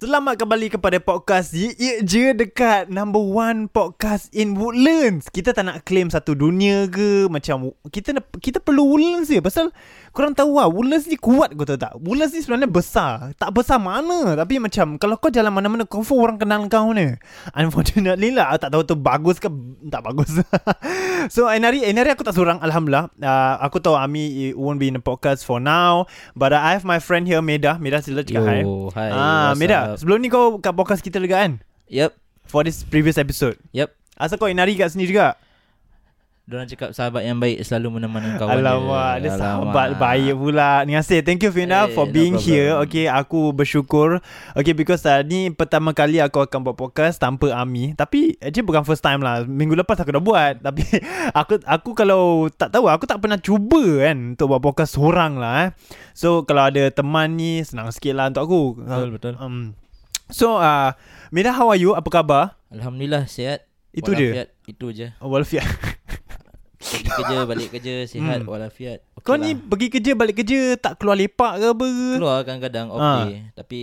Selamat kembali kepada podcast Ye Ye Je dekat number one podcast in Woodlands. Kita tak nak claim satu dunia ke macam kita kita perlu Woodlands je pasal korang tahu lah Woodlands ni kuat kau tahu tak? Woodlands ni sebenarnya besar. Tak besar mana tapi macam kalau kau jalan mana-mana confirm orang kenal kau ni. Unfortunately lah tak tahu tu bagus ke tak bagus. so Enari Enari aku tak seorang alhamdulillah. Uh, aku tahu Ami it won't be in the podcast for now but I have my friend here Meda. Meda sila cakap hi. Yo, hi. Ah, what's Meda, up? sebelum ni kau kat podcast kita juga kan? Yep, For this previous episode. yep. Asal kau Inari kat sini juga? Diorang cakap sahabat yang baik selalu menemani kawan dia. Alamak, dia sahabat baik pula. Ni asyik. Thank you Fina Eh, for no being problem. here. Okay, aku bersyukur. Okay, because uh, ni pertama kali aku akan buat podcast tanpa Ami. Tapi actually bukan first time lah. Minggu lepas aku dah buat. Tapi aku aku kalau tak tahu, aku tak pernah cuba kan untuk buat podcast seorang lah. Eh. So, kalau ada teman ni senang sikit lah untuk aku. Betul, betul. Um, so, uh, Mira, how are you? Apa khabar? Alhamdulillah sihat. Itu dia. Walafiat, Oh, Itu je. Walafiat. Pergi kerja, balik kerja, sihat, walafiat. Okay Hmm. Kau ni lah. pergi kerja balik kerja tak keluar lepak ke apa? ke? keluar kadang-kadang off Ah. day, tapi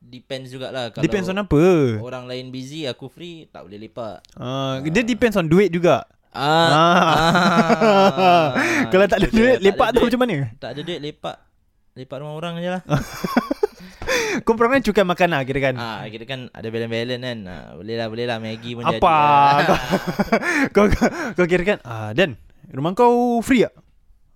depends jugalah kalau Oh. Depends on apa. orang lain busy aku free tak boleh lepak. Uh, dia depends on duit juga. Ah. Ah. ah. Kalau tak ada Itu dia, duit tak lepak ada tu duit. macam mana? Tak ada duit lepak. Lepak rumah orang je lah. Kau pernah cukai makan lah kira kan? Ah, kita kan ada balance-balance kan. Ah, boleh lah, boleh lah Maggi pun jadi. lah. Apa? Kau, kau, kau kira kan? Ah, Dan, rumah kau free tak?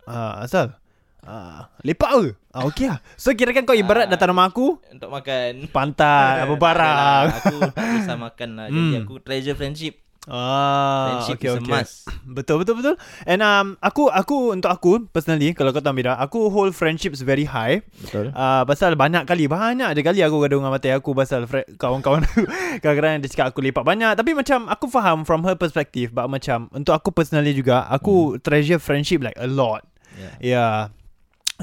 Ah, asal? Ah, lepak ke? Ah, okey lah. So kira kan kau ibarat Ah. datang rumah aku, Untuk makan. pantat, apa Tak barang. adalah, Aku tak bisa makan lah. Jadi Hmm. aku treasure friendship. Ah, Friendship okay, is a okay. must. Betul betul betul. And um aku aku untuk aku personally kalau kau tahu Mira, aku hold friendships very high. Betul. Uh, pasal banyak kali Banyak ada kali aku gaduh dengan mati aku Pasal fre- kawan-kawan aku Kadang-kadang dia cakap aku lepak banyak Tapi macam aku faham From her perspective But macam Untuk aku personally juga Aku treasure friendship like a lot Yeah. Yeah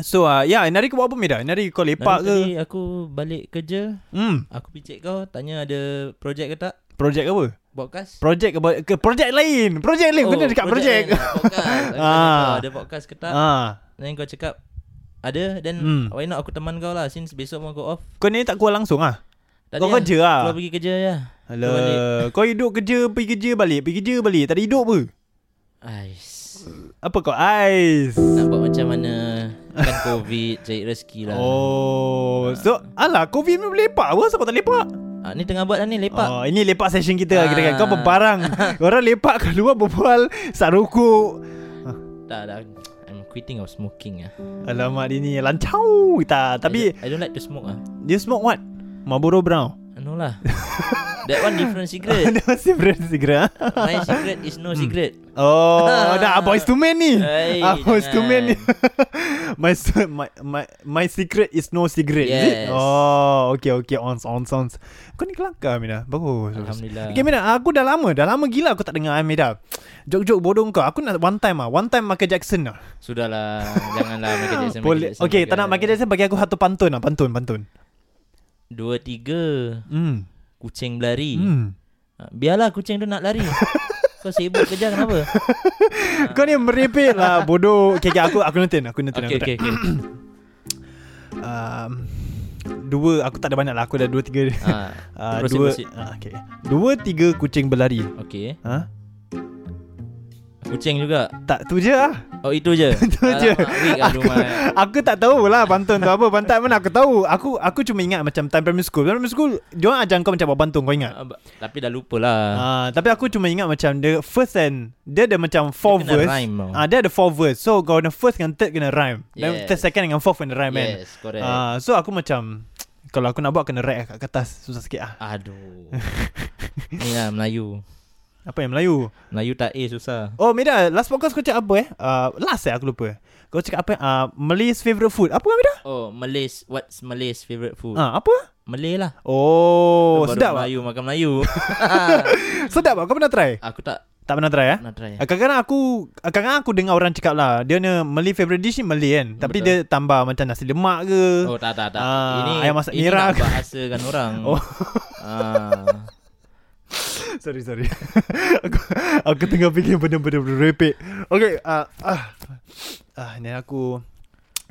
So uh, yeah Nari kau buat apa Mira? Nari kau lepak ke? Nanti tadi aku balik kerja, Hmm aku picit kau tanya ada projek ke tak? Projek apa? Podcast? Projek ke, ke projek lain Projek lain oh, Kau nak cakap projek lain lah, Podcast. Ah. Aku tanya kau ada podcast ke tak? Ah, Then kau cakap ada Then Hmm. why not aku teman kau lah Since besok pun aku off Kau ni tak keluar langsung ah? Tadi Kau kan, kerja lah Keluar pergi kerja ya Kau balik. Alah, kau hidup kerja, pergi kerja balik, pergi kerja balik. Tak ada hidup apa? Ais Apa kau? Ais. Nak buat macam mana Kan covid Cari rezeki lah Oh, so alah COVID ni lepak apa? Siapa tak lepak? ah, Ni tengah buat lah ni lepak Oh, ini lepak session kita lah kira kan. Kau Ah. berbarang. Orang lepak keluar berbual sarukuk. Tak dah I'm quitting of smoking ah. Alamak dia ni lancau kita. Tapi I don't, I don't like to smoke ah. dia smoke what? Marlboro Brown. No lah. That one different cigarette. Dia masih berani segera. ah. My cigarette is Hmm. no cigarette. Oh, dah boys to men ni. Hey, Ah, boys to men ni. jangan. my, s- my my my secret is no cigarette. is it? Yes. Oh, okay okay ons ons ons. Kau ni kelakar Mina. Bagus. bagus. Alhamdulillah. Okay Mina, aku dah lama, dah lama gila aku tak dengar Amira. Jok-jok bodoh kau. Aku nak one time ah, one time Michael Jackson lah. Sudahlah, janganlah Michael Jackson. Boleh. Jackson, Okay, tak nak Michael Jackson bagi aku satu pantun lah, pantun, pantun. Dua tiga Hmm. kucing berlari. Hmm. Hmm. Biarlah kucing tu nak lari. Kau sibuk kerja kenapa? Kau ni merepek lah bodoh. Okay, okay aku aku notin, aku notin. okay, aku okay, okay. Um, dua aku tak ada banyak lah. Aku dah dua tiga. ah, Ah, proceed, dua, proceed. ah, okay. dua tiga kucing berlari. okay. Ha? Kucing juga. Tak tu je lah. Oh, itu je. Itu je. Alamak, Weak lah aduh, Mai. Aku tak tahu lah pantun tu apa. Pantat mana aku tahu. Aku aku cuma ingat macam time primary school. Primary school, dia orang ajar kau macam buat pantun kau ingat. Ah, ba- Tapi dah lupa lah. Ah, tapi aku cuma ingat macam the first and dia ada macam four Dia kena verse. rhyme tau. Ah, dia ada four verse. So kau the first dengan third kena rhyme. Then Yes. third second dengan fourth kena rhyme kan. yes, correct. Ah, so aku macam kalau aku nak buat kena rack kat kertas susah sikit ah. Aduh. Ni lah Melayu. Apa yang Melayu? Melayu tak A susah. Oh Mira, last podcast kau cakap apa eh? Uh, last eh aku lupa. Kau cakap apa? Uh, Malay's favourite food. Apa Mira? Oh, Malays. What's Malays favourite food? Ah, apa? Malay lah. Oh, Baru sedap ah. Melayu makan Melayu. Sedap ah. Kau pernah try? aku tak Tak pernah try eh? Nak try Ah, Kadang-kadang aku ah, Kadang-kadang aku dengar orang cakap lah Dia ni Malay favorite dish ni Malay kan Tapi dia tambah macam nasi lemak ke Oh tak tak tak. Ah, ini ayam masak ini merah nak ke? bahasakan orang. Oh. Ah. Sorry sorry aku, aku tengah fikir benda-benda repek Okay uh, ah, ah, Ni aku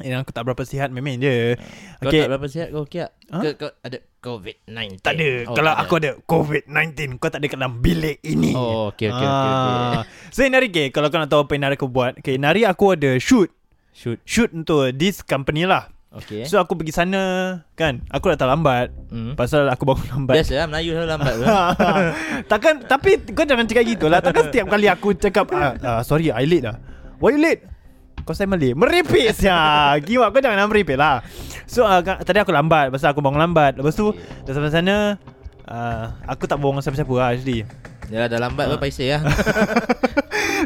Ni aku tak berapa sihat memang je Kau Okay. tak berapa sihat kau okey tak? Ha? Kau, kau ada COVID-19. Tak ada oh, Kalau tak aku ada COVID-19 Kau tak ada kat dalam bilik ini Oh, okay, okay, okay, okay. Ah. So Inari okay, Kalau kau nak tahu apa Inari aku buat okay, Inari aku ada shoot shoot. Shoot untuk this company lah Okey. So aku pergi sana Kan Aku datang lambat Hmm. Pasal aku bangun lambat Biasa lah Melayu selalu lambat. tu. Takkan Tapi kau jangan cakap gitu lah Takkan setiap kali aku cakap ah, ah, Sorry I late lah Why you late? Kau saya Malay Meripik sia Giwa kau jangan nak meripik lah So uh, tadi aku lambat Pasal aku bangun lambat Lepas tu Dah sampai sana uh, Aku tak bohong siapa-siapa lah actually Yalah dah lambat kau paiseh lah.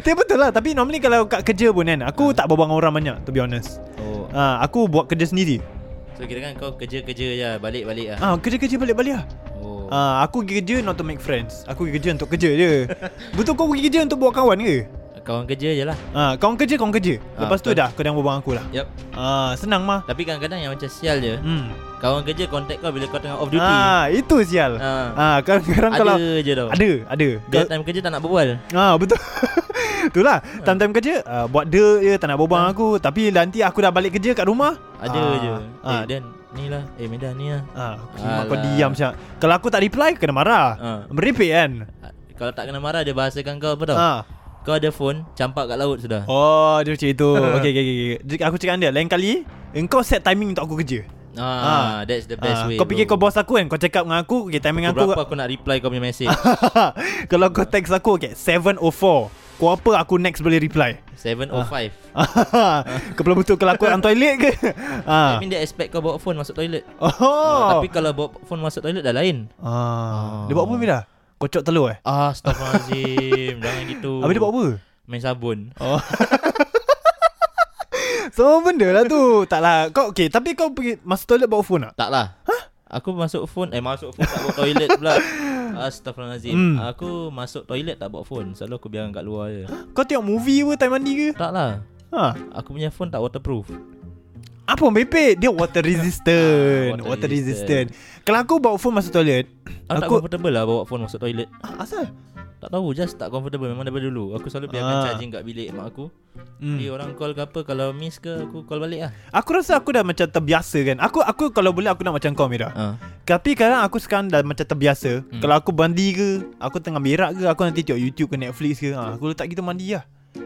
Tapi betul lah Tapi normally kalau kat kerja pun kan Aku tak berbual dengan orang banyak To be honest Oh. uh, Aku buat kerja sendiri So kira kan kau kerja-kerja je balik-balik lah. Ah, Kerja-kerja balik-balik lah Oh. Ah, aku pergi kerja not to make friends. Aku pergi kerja untuk kerja je. Betul kau pergi kerja untuk buat kawan ke? Kawan kerja je lah. Ah, kawan kerja kawan kerja. Ah, Lepas tu betul. dah kau jangan berbual dengan aku lah. Yep. Ah, senang mah. Tapi kadang-kadang yang macam sial je. Hmm. Kawan kerja contact kau bila kau tengah off duty. Ah, itu sial. Ah. Ah, kadang-kadang Ada kalau je tau. ada, ada. Dia Kau- time kerja tak nak berbual. Ah, betul. Itulah Time-time kerja uh, Buat dia je Tak nak berbual dengan aku Tapi nanti aku dah balik kerja kat rumah Ah. Ada ah, je. Eh ah. Dan, ni lah. Eh Medan ni lah. ah, aku Mak kau Alah. diam siap Kalau aku tak reply Kena marah Ah. Meripik kan Kalau tak kena marah dia bahasakan kau apa tau? ah. Kau ada phone, campak kat laut sudah. Oh dia macam itu Okay okay okay okay. Jadi Aku cakap dengan dia Lain kali Engkau set timing untuk aku kerja Ah. Ah, that's the best Ah, way. Kau fikir kau bro. bos aku kan Kau cakap dengan aku Okay timing aku Ah. Pukul Berapa aku nak reply kau punya message? Kalau kau text aku Okay 7.04 Kau apa aku next boleh reply 7.05 Kepala betul kalau aku dalam toilet ke I ah. mean dia expect kau bawa phone masuk toilet Oh Ah, Tapi kalau bawa phone masuk toilet dah lain ah. Dia buat apa Mira? Kocok telur eh? Astaghfirullahalazim Jangan gitu Habis dia buat apa? Main sabun Semua benda lah tu Taklah Kau okay Tapi kau pergi Masuk toilet bawa phone tak? Tak lah Aku masuk phone Eh masuk phone tak bawa toilet pula Astaghfirullahalazim Hmm. Aku masuk toilet tak bawa phone Selalu aku biarkan kat luar je Kau tengok movie ke Time mandi ke? Tak lah Ha. Aku punya phone tak waterproof Apa mepek? Dia water resistant. Ah, water, water resistant. Kalau aku bawa phone masuk toilet, Aku, tak aku comfortable lah bawa phone masuk toilet Ah, asal? Tak tahu just tak comfortable Memang daripada dulu Aku selalu biarkan Ah. charging kat bilik mak aku Dia Hmm. orang call ke apa Kalau miss ke aku call balik lah Aku rasa aku dah macam terbiasa kan. Aku aku kalau boleh aku nak macam kau Mira. Ah. Tapi kadang aku sekarang dah macam terbiasa. Hmm. Kalau aku mandi ke, aku tengah berak ke, aku nanti tengok YouTube ke Netflix ke. Ha, aku letak gitu mandi lah.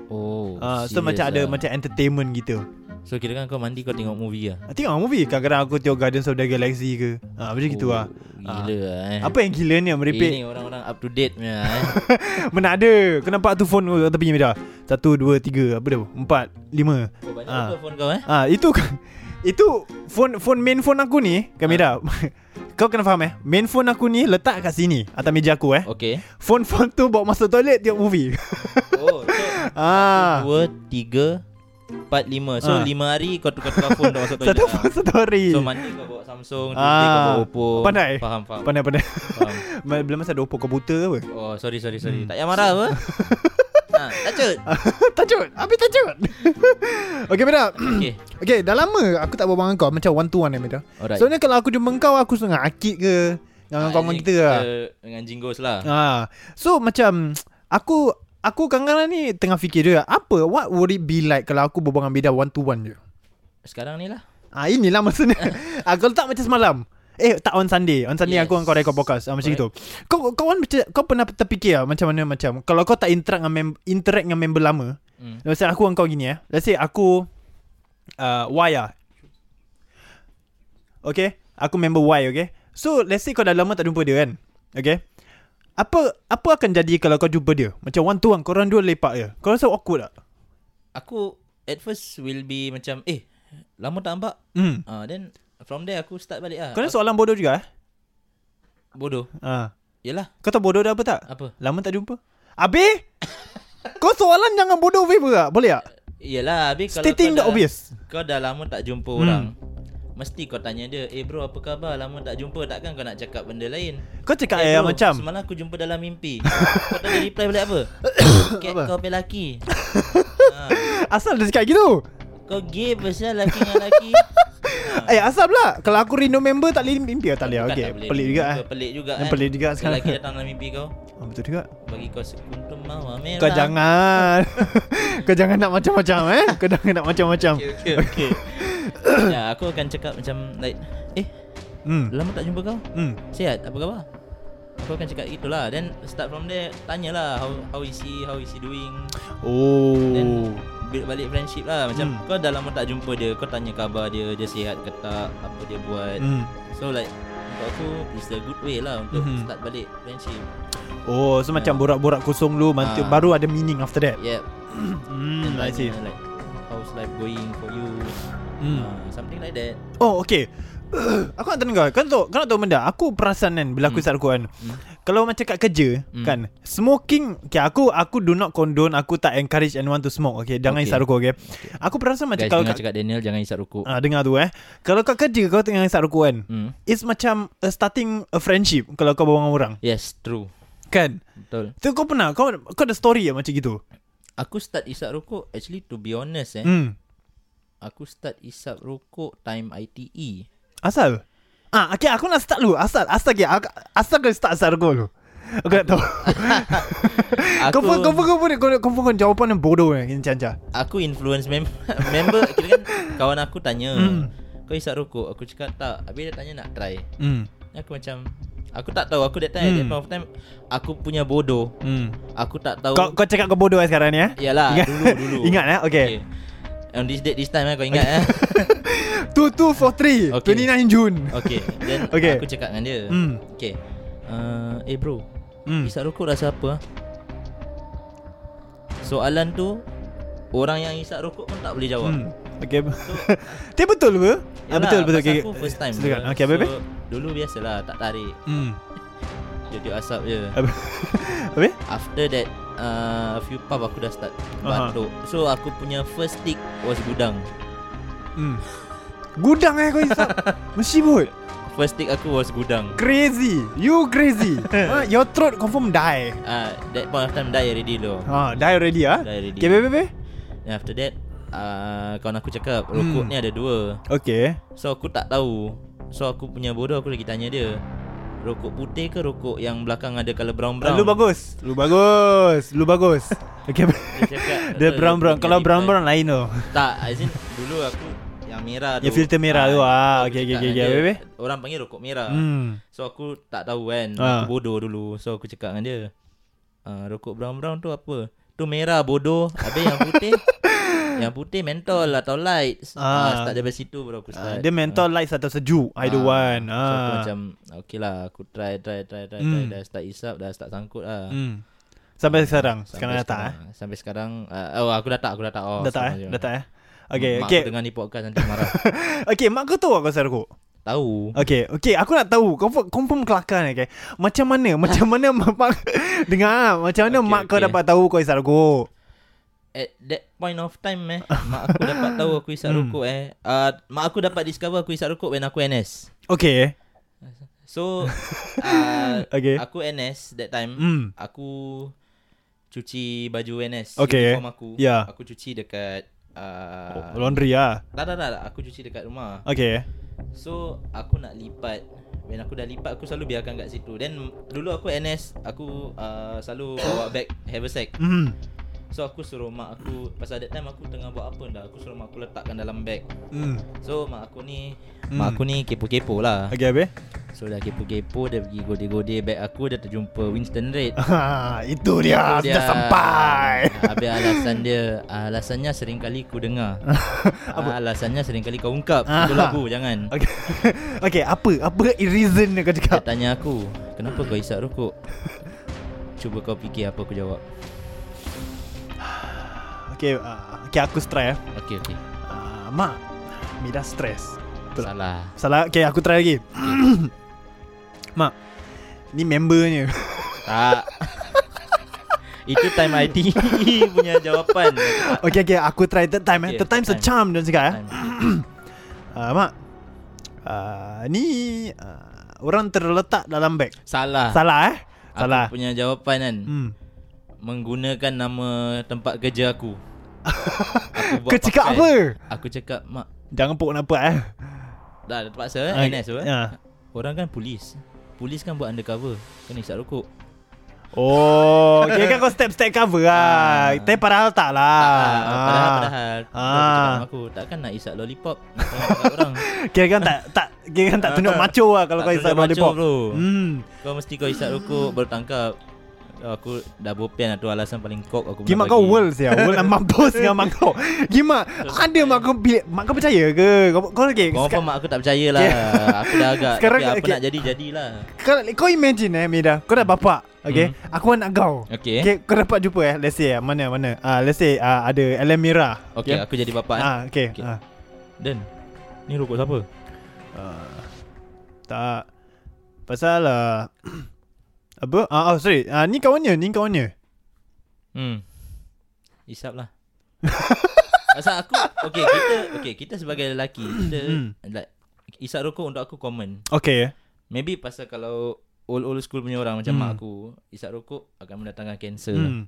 Oh Ha, so serious macam ada lah. macam entertainment gitu. So kira kan kau mandi kau tengok movie lah Ah, Tengok movie kadang-kadang aku tengok Guardians of the Galaxy ke. Ha, macam gitu lah. Gila lah eh Apa yang gila ni yang merepek? Oh. Ini orang-orang up to date punya eh Mana ada Kau nampak tu phone kat tepi meja Satu, dua, tiga Apa dia Empat, lima Oh banyak Ah. betul phone kau eh Ah Itu Itu phone phone main phone aku ni Kamera Kau kena faham eh Main phone aku ni Letak kat sini Atas meja aku eh Okay Phone-phone tu bawa masuk toilet Tengok movie Oh so ah. Dua Tiga Empat lima So Ah. lima hari kau tukar-tukar phone Kau masuk toilet Satu phone satu hari lah. So mandi kau bawa Samsung Tuesday kau Ah. bawa Oppo Pandai. Faham faham, Pandai-pandai faham. Belum masa ada Oppo kau buta ke apa Oh sorry sorry sorry Hmm. Tak payah marah apa Ha, tacut Tajuk Habis tajuk Okay Mira Okay Okay dah lama Aku tak berbual dengan kau Macam one to one eh Mira Alright So ni kalau aku jumpa kau Aku setengah akid ke Dengan Ah, kawan ini kita lah Dengan jingos lah Ah, so macam aku aku kadang-kadang ni tengah fikir juga apa what would it be like kalau aku berbual dengan bida one to one je. Sekarang ni lah Ah inilah maksudnya. aku letak macam semalam. Eh tak on Sunday On Sunday yes. Yes. aku dengan kau record podcast ah, Macam itu Kau kawan macam Kau pernah terfikir ah, Macam mana macam Kalau kau tak interact dengan, mem- interact dengan member lama Hmm. Let's say aku dengan kau gini eh Let's say aku uh, Y lah Okay Aku member Y okay So let's say kau dah lama tak jumpa dia kan Okay apa apa akan jadi kalau kau jumpa dia? Macam one to one, korang dua lepak je. Kau rasa awkward tak? Aku At first will be macam Eh Lama tak nampak Hmm. Ah, Then From there aku start balik lah Kau ada soalan bodoh juga eh? Aku Bodoh Ha. Yelah Kau tahu bodoh dah apa tak? Apa Lama tak jumpa Abi Kau soalan jangan bodoh Favor tak Boleh tak Yelah habis kalau Stating kau the obvious Kau dah lama tak jumpa hmm. orang Mesti kau tanya dia Eh bro apa khabar Lama tak jumpa Takkan kau nak cakap benda lain Kau cakap Eh, eh, bro, macam Semalam aku jumpa dalam mimpi Kau tak ada reply balik apa Cat Apa? kau pelaki ha, Asal dia cakap gitu Kau gay pasal laki dengan laki ha. Eh asal pula Kalau aku rindu member tak boleh mimpi oh, Tak boleh Bukan okay. tak boleh Pelik mimpi juga kau, eh Pelik juga Yang kan pelik juga sekarang. Lelaki datang dalam mimpi kau oh, Betul juga Bagi kau sekuntum mawar merah Kau jangan Kau jangan nak macam-macam eh Kau jangan nak macam-macam Okay okay okay Ya aku akan cakap macam like Eh Hmm lama tak jumpa kau Hmm Sihat apa khabar Aku akan cakap gitulah Then start from there Tanyalah how, how is he How is he doing Oh Then build balik friendship lah Macam Hmm. hmm. kau dah lama tak jumpa dia Kau tanya khabar dia Dia sihat ke tak Apa dia buat hmm. Hmm So like Untuk aku It's the good way lah Untuk Mhm. hmm. start balik friendship Oh so macam borak-borak kosong dulu mantu, Ah. Baru ada meaning after that Yep Hmm Then I tanya, see Like How's life going for you Hmm. uh, Something like that Oh okay Aku nak Kan tanya kau Kau tahu, kau nak tahu benda Aku perasan kan Bila aku Hmm. start aku kan Hmm. Kalau macam kat kerja Hmm. Kan Smoking okay, Aku aku do not condone Aku tak encourage anyone to smoke Okay Jangan Okay. isap rokok okay? Aku perasan macam Guys Kalau jangan kat, cakap Daniel Jangan isap rokok ah, Dengar tu eh Kalau kat kerja Kau tengah isap rokok kan hmm. It's macam uh, Starting a friendship Kalau kau bawa dengan orang Yes true Kan Betul Tu kau pernah Kau kau ada story ya macam gitu Aku start isap rokok Actually to be honest eh hmm. Hmm Aku start isap rokok Time E. ITE Asal Ah, okay, aku nak start dulu Asal Asal okay, aku, Asal kau start asal rokok dulu Aku nak tahu Kau Aku- pun kau pun kau pun kau kau pun jawapan yang bodoh eh Ini canca. Aku influence mem- member Kira kan kawan aku tanya Hmm. Kau isap rokok Aku cakap tak Habis dia tanya nak try Hmm. Then Aku macam Aku tak tahu Aku that time Hmm. at that point of time Aku punya bodoh Hmm. Aku tak tahu Kau kau cakap kau bodoh eh sekarang ni eh? Yalah Ingat- dulu dulu Ingat eh? Okay. On this date this time eh Kau ingat eh 2243 Okay. 29 Jun. Okay Then Okay. aku cakap dengan dia Hmm. Okay uh, Eh bro Hmm. Isap rokok rasa apa ah? Soalan tu Orang yang isap rokok pun tak boleh jawab Hmm. Okay. Tapi betul ke? Ah, Yalah, betul betul. pasal Aku first time Silakan. apa. Okay, habis habis. So, Dulu biasalah tak tarik Hmm. Dia tiup asap je Habis. Habis? After that uh, A few pub aku dah start Aha. Batuk So aku punya first stick Was gudang Hmm. Gudang eh kau isap. Mesibut. First stick aku was gudang Crazy. You crazy. ha, your throat confirm die. uh, That point of time Die already lo Ha, die already ah. Die already Okay, babe, babe. Then after that uh, Kawan aku cakap Rokok Hmm. ni ada dua Okay. So aku tak tahu So aku punya bodoh Aku lagi tanya dia Rokok putih ke rokok yang belakang ada colour brown-brown? Lu bagus. Lu bagus. Lu bagus. Okay. Dia cakap Dia "Betul, brown brown. rokok Kalau ni brown black." brown lain tu. Tak, as in dulu aku yang merah tu. Yang filter merah tu, ah, aku okey, okey, okey, cakap dengan okey, dia, habis? Orang panggil rokok merah. Hmm. Hmm. So aku tak tahu kan. Ah. Aku bodoh dulu. So aku cakap dengan dia, ah, rokok brown-brown tu apa? Tu merah bodoh. Habis yang putih yang putih mentol atau light. Ah, Ah. start daripada situ baru aku Ah, start. dia mental lights atau sejuk Either Ah. one ah. So aku macam Okay lah Aku try try try try, try Hmm. Dah start isap Dah start sangkut lah hmm. Sampai sekarang Sekarang Sampai dah tak eh? sekarang- Sampai sekarang ah, Oh aku dah tak Aku dah tak oh, Dah tak eh sama je. Dah tak eh Okay Mak okay aku dengar ni podcast Nanti marah Okay mak kau tahu aku asal rokok Tahu Okay okay aku nak tahu Confirm, confirm kelakar ni okay Macam mana Macam mana mak Dengar ah, Macam mana Okay, mak kau okay. dapat tahu kau asal rokok at that point of time eh mak aku dapat tahu aku isap Hmm. rokok eh uh, mak aku dapat discover aku isap rokok when aku NS Okay so uh, Okay aku NS that time Hmm aku cuci baju NS Okay. uniform aku Ya. aku cuci dekat uh, oh, Laundry lah tak, tak tak tak. aku cuci dekat rumah Okay so aku nak lipat when aku dah lipat aku selalu biarkan kat situ then dulu aku NS aku uh, selalu bawa bag haversack Hmm so aku suruh mak aku pasal that time aku tengah buat apa dah aku suruh mak aku letakkan dalam bag Hmm So mak aku ni Hmm. hmm. Mak aku ni kepo-kepo lah Okay habis So dah kepo-kepo Dia pergi gode-gode Bag aku dia terjumpa Winston Red Ah, Itu dia Dia- Sudah sampai Habis alasan dia Alasannya sering kali ku dengar Apa? Alasannya sering kali kau ungkap Ah. Itu lagu jangan Okay Okay apa Apa reason dia kau Dia cakap tanya aku Kenapa kau isap rokok Cuba kau fikir apa aku jawab Okay ah, Okay aku try eh Okay okay Ah, mak, Mira stres. Betul. Salah Salah. Okay, aku try lagi. mak, ni membernya. Tak Itu time IT punya jawapan okay, okay, aku try third time eh. Okay, third time third secam time. dia cakap eh. Time. Ah, mak, uh, Ni uh, Orang terletak dalam beg Salah. Salah eh Aku Salah punya jawapan kan. hmm. Menggunakan nama tempat kerja aku. aku buat Kau cakap pakai. apa? Aku cakap mak Jangan pokok nampak eh dah terpaksa eh Ah, NS apa? ya. Orang kan polis. Polis kan buat undercover. Kena isap rokok. Oh Kira kan kau step-step cover lah Ah. Tapi padahal tak lah Ah, padahal Ah. padahal Ah. tu aku cakap dengan aku takkan nak isap lollipop nak tengok dekat orang. Kira kan tak tak Kira kan tak tunjuk macho lah Kalau Ah, Tak kau isap tunjuk macho, lollipop bro. Hmm Kau mesti kau isap rokok baru tangkap. Kalau aku dah bopian lah tu alasan paling kok aku Gimak kau world sia World nak mampus dengan mak kau Gimak Ada mak kau pilih Mak kau percaya ke Kau, kau lagi Confirm mak aku tak percaya lah Aku dah agak Sekarang- Tapi apa okay. nak jadi Jadilah kau, kau imagine eh Mira Kau dah bapak Okay Hmm. Aku anak kau Okay Okay, Okay kau dapat jumpa eh Let's say eh, Mana mana Ah, Let's say ah, Ada Ellen Mira okay. aku jadi bapak ah. ah, Okay, Okay. Ah. Dan Ni rokok siapa? Ah, Tak Pasal ah, Apa ah, Oh sorry ah, Ni kawannya Ni kawannya Hmm Isap lah Pasal aku Okay kita Okay kita sebagai lelaki Kita Hmm. like, Isap rokok untuk aku common Okay Maybe pasal kalau Old old school punya orang Macam Hmm. mak aku Isap rokok Akan mendatangkan kanser hmm. hmm.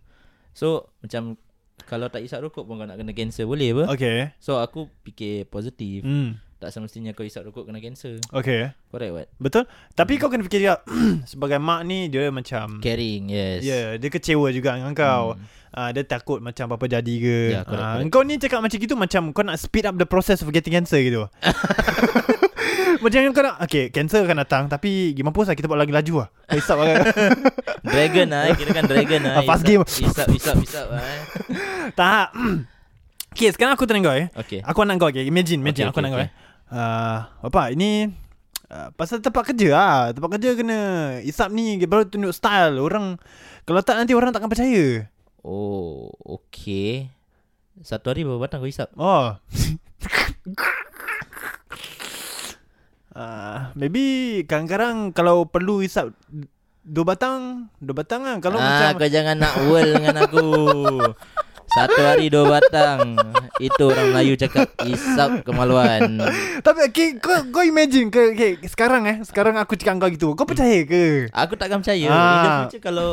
So Macam Kalau tak isap rokok pun Kau nak kena kanser Boleh apa? Okay So aku fikir positif hmm. Tak semestinya kau isap rokok Kena kanser Okay Correct what? Betul Tapi Hmm. kau kena fikir juga Sebagai mak ni Dia macam Caring yes Ya, yeah, dia kecewa juga dengan kau. Hmm. Uh, dia takut macam apa jadi ke. Ya, correct, Ah, correct. Kau ni cakap macam gitu macam kau nak speed up the process of getting cancer gitu. macam kau nak, okay, cancer akan datang tapi gimana pun lah kita buat lagi laju lah. Kau Hisap lah. Dragon lah eh. Kira kan dragon lah Ah, fast Isap- game. Isap isap isap lah eh. tak. okay, sekarang aku tanya kau eh. Okay Aku anak kau, okay. Imagine, imagine okay, Okay, aku okay, anak kau okay. eh. Uh, Bapak, ini Uh, pasal tempat kerja lah Tempat kerja kena Isap ni Baru tunjuk style Orang Kalau tak nanti orang takkan percaya Oh okay Satu hari berapa batang kau isap? Oh. uh, maybe kadang-kadang kalau perlu isap dua batang, dua batang lah. Kalau ah, macam Kau jangan nak world dengan aku Satu hari dua batang Itu orang Melayu cakap Isap kemaluan tapi okay, kau kau imagine ke okay, sekarang eh, sekarang aku cakap kau gitu. Kau percaya ke? Aku takkan percaya Ah. ah. In the future kalau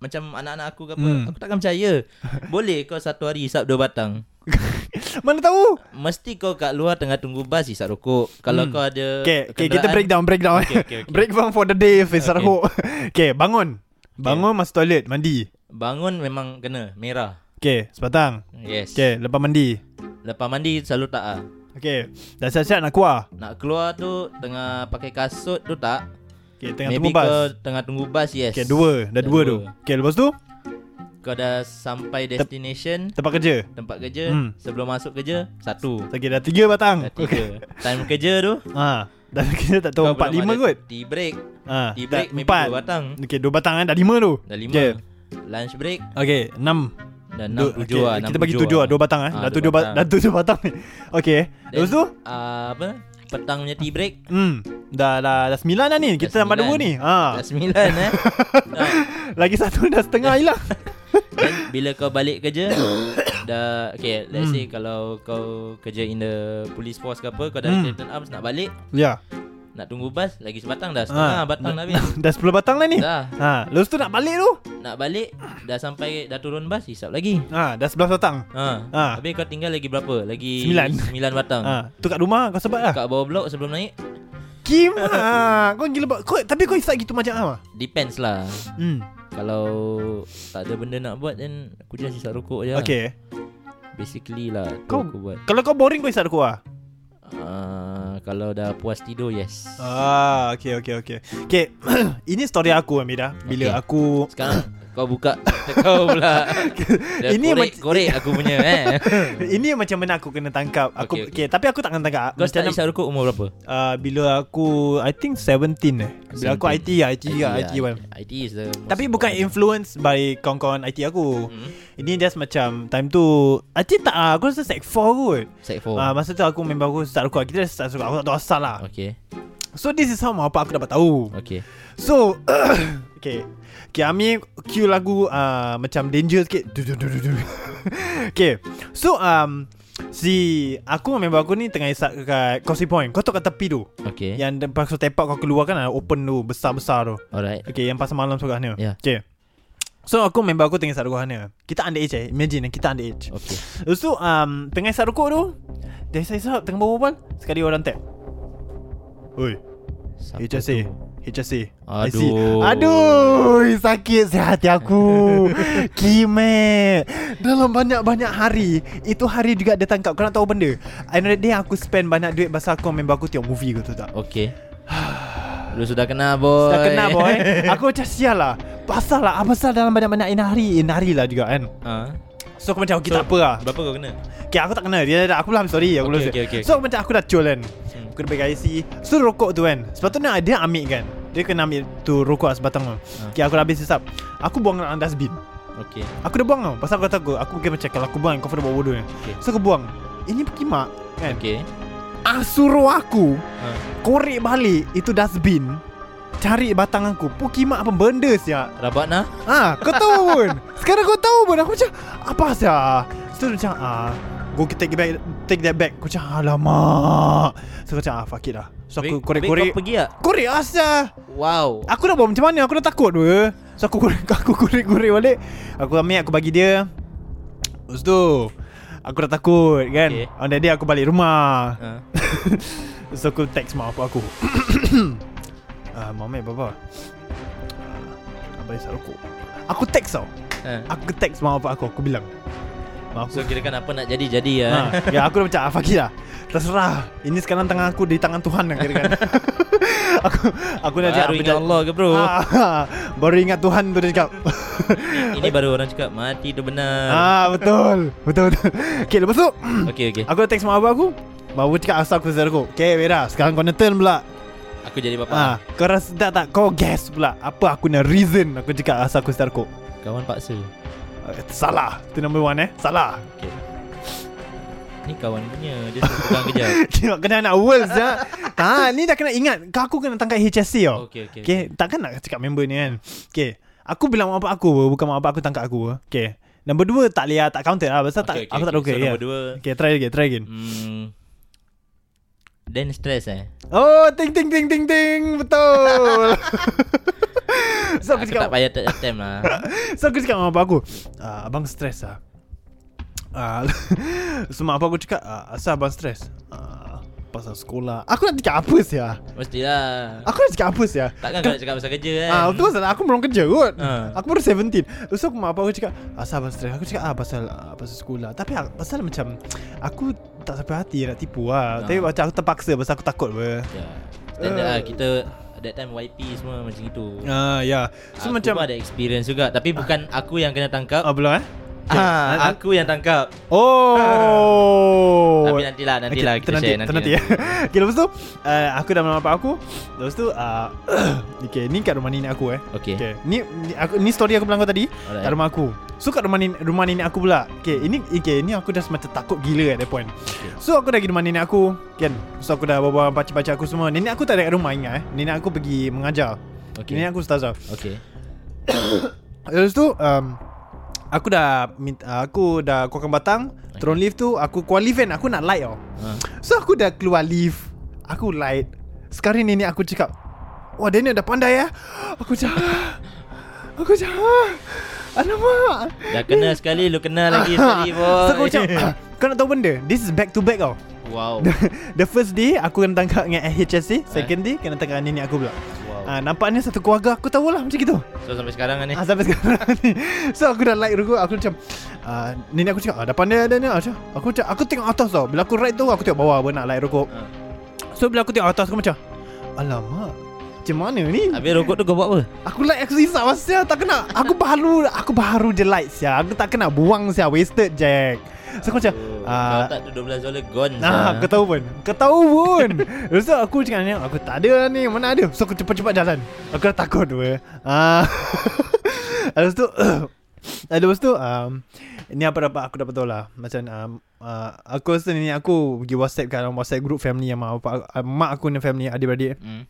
Macam anak-anak aku ke apa Hmm. Aku takkan percaya Boleh kau satu hari isap dua batang Mana tahu? Mesti kau kat luar tengah tunggu bas Isap rokok Kalau Hmm. kau ada Okay, okay kenderaan, kita breakdown, breakdown. Okay, Okay, okay, okay, okay. breakdown for the day, Faisal Okay. okay. okay, bangun. Bangun masuk toilet, mandi. Bangun memang kena Merah Okay, sebatang. Yes Okay, lepas mandi. Lepas mandi selalu tak ah. Okay, dah siap-siap nak keluar. Nak keluar tu Tengah pakai kasut tu tak Okay, tengah Maybe tunggu bas. kau tengah tunggu bas yes Okay, dua. Dah Dah dua, dua. tu. Okay, lepas tu Kau dah sampai destination tempat kerja. Tempat kerja Hmm. Sebelum masuk kerja Satu Okay, dah tiga batang. Dah tiga Time kerja tu Ha, dah kita tak tahu kau empat belum lima ada kot. Tea break Ha, Tea break dah maybe empat. dua batang Okay, dua batang kan dah lima tu. Dah lima Okay. Lunch break Okay, enam. Dah enam Dua- tujuh okay, lah enam Kita bagi tujuh lah, dua batang eh. Ah, dah dua tujuh batang. batang. dah tujuh batang ni. Okay. Then, Lepas tu, ah, Apa Petang punya tea break hmm, dah dah dah sembilan dah ni. Kita tambah dua sembilan. ni. Ha. Dah sembilan eh Nah, Lagi satu dah setengah lah. hilang. Then bila kau balik kerja Dah Hmm. Okay let's say Kalau kau kerja in the Police force ke apa Kau dah Hmm. mm. turn arms nak balik Ya. Nak tunggu bas Lagi sebatang Ah. dah Setengah batang dah habis Dah sepuluh batang lah ni. Dah Ha, lepas tu nak balik tu. Nak balik Dah sampai Dah turun bas Hisap lagi Ha, dah sebelas batang. Ha. Ha. ha. Habis kau tinggal lagi berapa? Lagi Sembilan. Sembilan batang. Ha. Ha, tu kat rumah kau sebat lah. Kat bawah blok sebelum naik Kim ha, kau gila buat. Kau, tapi kau isap gitu macam apa? Depends lah Hmm. Kalau Tak ada benda nak buat Then Aku just hisap rokok je lah. Okay. Basically lah tu Kau- aku buat Kalau kau boring kau isap rokok ah. uh, Kalau dah puas tidur Yes Ah, okay, okay, okay. Okay, ini story aku Amira. Bila Okay. aku Sekarang Kau buka cerita Kau pula Dah Ini Ini korek, mac- korek aku punya eh ini macam mana aku kena tangkap. Aku okay, Okay, okay. okay tapi aku tak kena tangkap. Kau macam start mana, hisap rokok umur berapa? uh, bila aku I think 17 eh. Bila aku IT 17. ya, IT ya, IT one. IT is the most Tapi bukan important. influence by kawan-kawan IT aku. Hmm. Ini just macam time tu IT tak ah, aku rasa sec 4 kot. Sec Oh. 4 Uh, masa tu aku member aku start rokok. Kita start rokok. Aku tak tahu asal lah. Okay So this is how mak bapak aku dapat tahu. Okay So Okay Okay Amir Cue ah, lagu uh, Macam danger sikit Du- du- du- du- du. Okay So um Si Aku dengan member aku ni Tengah isap dekat Causeway Point Kau tahu kat tepi tu Okay yeah. Yang lepas kau tepak kau keluar kan Ada open tu Besar-besar tu Alright Okay yang pasal malam sekolah ni Ya. Okay So aku member aku tengah isap rokok ni Kita underage eh Imagine eh, kita underage Okay Lepas tu um, Tengah isap rokok tu Dia isap-isap Tengah berbual Sekali orang tap Oi Siapa HSA tu? HSA I Aduh. see. Aduh Sakit saya hati aku Kime Dalam banyak-banyak hari Itu hari juga dia tangkap Kau nak tahu benda I know that day aku spend banyak duit Pasal aku member aku tengok movie ke tu tak Okay Lu sudah kena boy Dah kena boy Aku macam sial lah Pasal lah Apa pasal dalam banyak-banyak Inari Inari lah juga kan ha? So aku macam Okay So, tak apa lah Berapa kau kena? Okay aku tak kena dia, dah, Aku belum sorry aku Okay, belum okay, sorry. okay, So macam aku dah cul kan Hmm. Aku dah bagi IC So rokok tu kan Sepatutnya dia ambil kan Dia kena ambil tu rokok lah, sebatang tu Hmm. Okay aku dah habis hisap Aku buang dalam dustbin Okay Aku dah buang tau Pasal aku takut Aku fikir macam Kalau aku buang Kau kena buat bodoh kan Okay. So aku buang Ini perkimak kan Okay Ah suruh aku ha. Korek balik Itu dustbin Cari batang aku Pukimak apa benda siap Rabat nah Ah, kau tahu pun Sekarang kau tahu pun Aku macam Apa siap So dia macam ah, Go take it back Take that back Aku macam Alamak So aku macam ah, Fuck it lah So aku Baik- baik korek-korek Ah. Kau pergi tak? Korek lah siap Wow Aku nak buat macam mana Aku dah takut tu So aku goreng Aku goreng-goreng balik Aku ambil Aku bagi dia Lepas tu Aku dah takut kan Okay. okay. On that day aku balik rumah ha. So aku text mak bapak aku uh, Mama bapa uh, Abang isap rokok Aku text tau Ha. Aku text mak bapak aku Aku bilang Mak So aku kira kan apa nak jadi Jadi ya ha, ya, Aku dah macam ah, Fakir lah Terserah Ini sekarang tangan aku Di tangan Tuhan lah kira Aku Aku nak cakap Baru apa ingat jadi- Allah ke bro Ah, baru ingat Tuhan tu dia cakap. Ini baru orang cakap Mati tu benar ah betul. Betul betul. Okay lepas tu Okay okay aku dah text mak abang aku. Mak abang cakap asal aku sedar aku. Okay Vera, sekarang kau nak turn pula. Aku jadi bapa Ah, kau rasa sedap tak? Kau guess pula apa aku nak reason aku cakap asal aku sedar aku. Kawan paksa Ah, Salah Itu number one eh Salah Ni kawan punya Dia suruh pegang kejap Tengok kena nak worse ya. ha, Ni dah kena ingat Kau aku kena tangkap HSC tau Okay okay Oh. Okay, takkan nak cakap member ni kan Okay Aku bilang mak bapak aku Bukan mak bapak aku tangkap aku Okay Nombor dua tak boleh lah Tak counted lah Pasal tak, aku tak ada okay, So yeah. nombor dua Okay, try again, try again hmm, Then stress eh Oh, ting ting ting ting ting Betul So aku Aku tak cakap payah third attempt lah So aku cakap dengan abang aku ah, Abang stres lah ah, So mak abang aku cakap ah, Asal abang stres ah, Pasal sekolah Aku nak cakap apa sih Mestilah Aku nak cakap apa sih Takkan kau nak cakap pasal kerja kan Ah, tu pasal aku belum kerja kot. Ah. Aku baru 17. Lepas tu aku mak apa aku cakap, asal abang stres. Aku cakap ah pasal ah, pasal sekolah. Tapi ah, pasal macam aku tak sampai hati nak tipu lah. Ah. Tapi macam aku terpaksa pasal aku takut apa. Ya Standard Eh. lah Kita That time YP semua macam itu Ah, ya. So Aku macam pun ada experience juga Tapi bukan aku yang kena tangkap Ah, belum eh? Ah, Aku yang tangkap Oh. Tapi nantilah Nantilah Okay, kita share nanti, nanti, ya. okay, lepas tu uh, aku dah melawan bapak aku. Lepas tu uh, okay, ni kat rumah nenek aku eh. Okay Okay. Ni, ni aku ni story aku bilang kau tadi Alright. kat rumah aku. So kat rumah nenek, rumah nenek aku pula. Okay, ini okay, ni aku dah semacam takut gila at that point. So aku dah pergi rumah nenek aku kan. So aku dah bawa pakcik-pakcik aku semua. Nenek aku tak ada kat rumah ingat eh. Nenek aku pergi mengajar. Okay. Okay Nenek aku ustazah. Okay Lepas tu um, Aku dah minta, Aku dah keluarkan batang Turun lift tu Aku keluar lift kan Aku nak light tau Ah. So aku dah keluar lift Aku light Sekarang nenek aku cakap Wah Daniel dah pandai ya Aku macam "Ah." Aku macam "Ah." Alamak Dah kena sekali Lu kena lagi sekali boy So aku macam "Ah, Kau nak tahu benda This is back to back tau Wow The first day Aku kena tangkap dengan HSC Second day Kena tangkap dengan nenek aku pula Wow Ah, Nampaknya satu keluarga Aku tahulah macam gitu So sampai sekarang kan ni Ah, sampai sekarang ni So aku dah like rokok Aku macam uh, Nenek aku cakap ah, Dah pandai dah ni ah, macam, Aku macam Aku tengok atas tau Bila aku ride tu Aku tengok bawah Aku nak like rokok Ah. So bila aku tengok atas Aku macam Alamak Macam mana ni Habis rokok tu kau buat apa? Aku like aku sisap Sia tak kena Aku baru Aku baru je like Sia Aku tak kena buang Sia wasted Jack So aku macam Oh, ah, Kalau tak tu 12 dolar gone Nah, sah. kau tahu pun Kau tahu pun Lepas tu aku cakap dengan dia Aku tak ada lah ni Mana ada So aku cepat-cepat jalan Aku dah takut apa Ah, Lepas tu Lepas tu um, Ni apa dapat aku dapat tahu lah Macam um, uh, Aku rasa ni aku Pergi whatsapp kat dalam Whatsapp group family yang mak, bapak, uh, mak aku ni family Adik-beradik Hmm.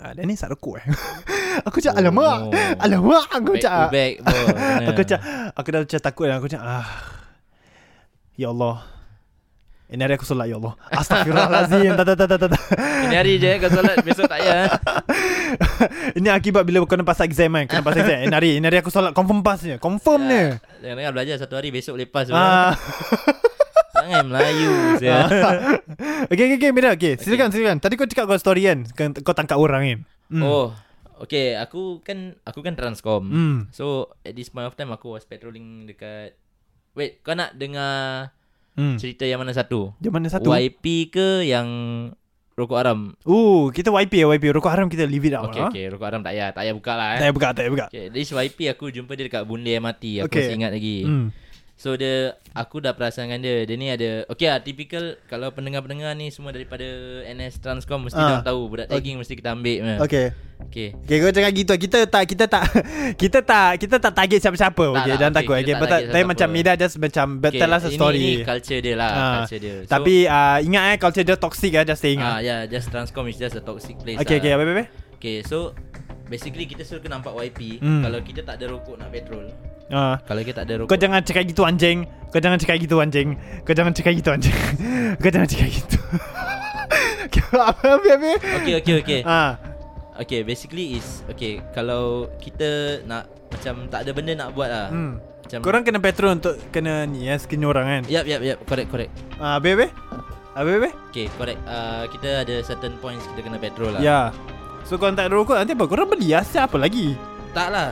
uh, Dan ni sak rokok eh Aku cakap Oh, alamak no. Alamak Aku Back to cakap back boy. Kena. lah. Aku macam Aku dah macam takut dah Aku macam ah, Ya Allah Ini hari aku solat ya Allah Astaghfirullahalazim Tak tak tak tak tak, tak Ini hari je kau solat Besok tak payah Ini akibat bila kau nampak exam kan Kau nampak exam Ini hari Ini hari aku solat confirm passnya Confirmnya Jangan-jangan belajar satu hari Besok boleh pass Ah. Jangan Melayu sia. okay, okay, okay, Mira. Okay, silakan, silakan. Tadi kau cakap kau story kan? Kau- Kau tangkap orang kan? Mm. Oh Okay aku kan Aku kan transcom Mm. So at this point of time Aku was patrolling dekat Wait kau nak dengar Mm. Cerita yang mana satu? Dia mana satu? YP ke yang Rokok haram Oh, kita YP ya, YP. Rokok haram kita leave it out. Okay ah. okay Rokok haram tak payah Tak payah buka lah Tak eh payah buka, tak payah buka. Okay this YP aku jumpa dia dekat Bunda MRT Aku Okay. masih ingat lagi Mm. So dia Aku dah perasan dengan dia Dia ni ada Okay lah typical Kalau pendengar-pendengar ni Semua daripada NS Transcom Mesti Ah. dah tahu Budak tagging mesti kita ambil punya. Okay. okay. Okay, kau cakap gitu. Kita tak, kita tak, kita tak, kita tak target siapa-siapa. Tak, okay, tak, jangan okay, takut. kita Okay, tak betul. target Tapi macam siapa-siapa. Mira just macam okay, tell us a ini, story. Ini culture dia lah Ah. Culture dia So, Tapi ah, ingat eh, culture dia toxic ah, just saying ah. Ah yeah, just transcom is just a toxic place. Okay, okay, apa, lah. apa, apa? Okay, so basically kita suruh kena nampak YP Hmm. mm. kalau kita tak ada rokok nak petrol. Ah. Kalau kita tak ada rokok. Kau jangan cakap gitu anjing Kau jangan cakap gitu anjing Kau jangan cakap gitu anjing Kau jangan cakap gitu Apa apa apa Okay, okay, okay. Ah, Okay, basically is okay kalau kita nak macam tak ada benda nak buat lah. hmm. Macam Korang kena petrol untuk kena ni ya skin orang kan Yap, yap, yap. Correct, correct. Ah, Apa apa Apa apa Okay, correct. Uh, kita ada certain points kita kena petrol lah. Ya So korang tak ada rokok nanti apa Korang beli lah siapa lagi Tak lah.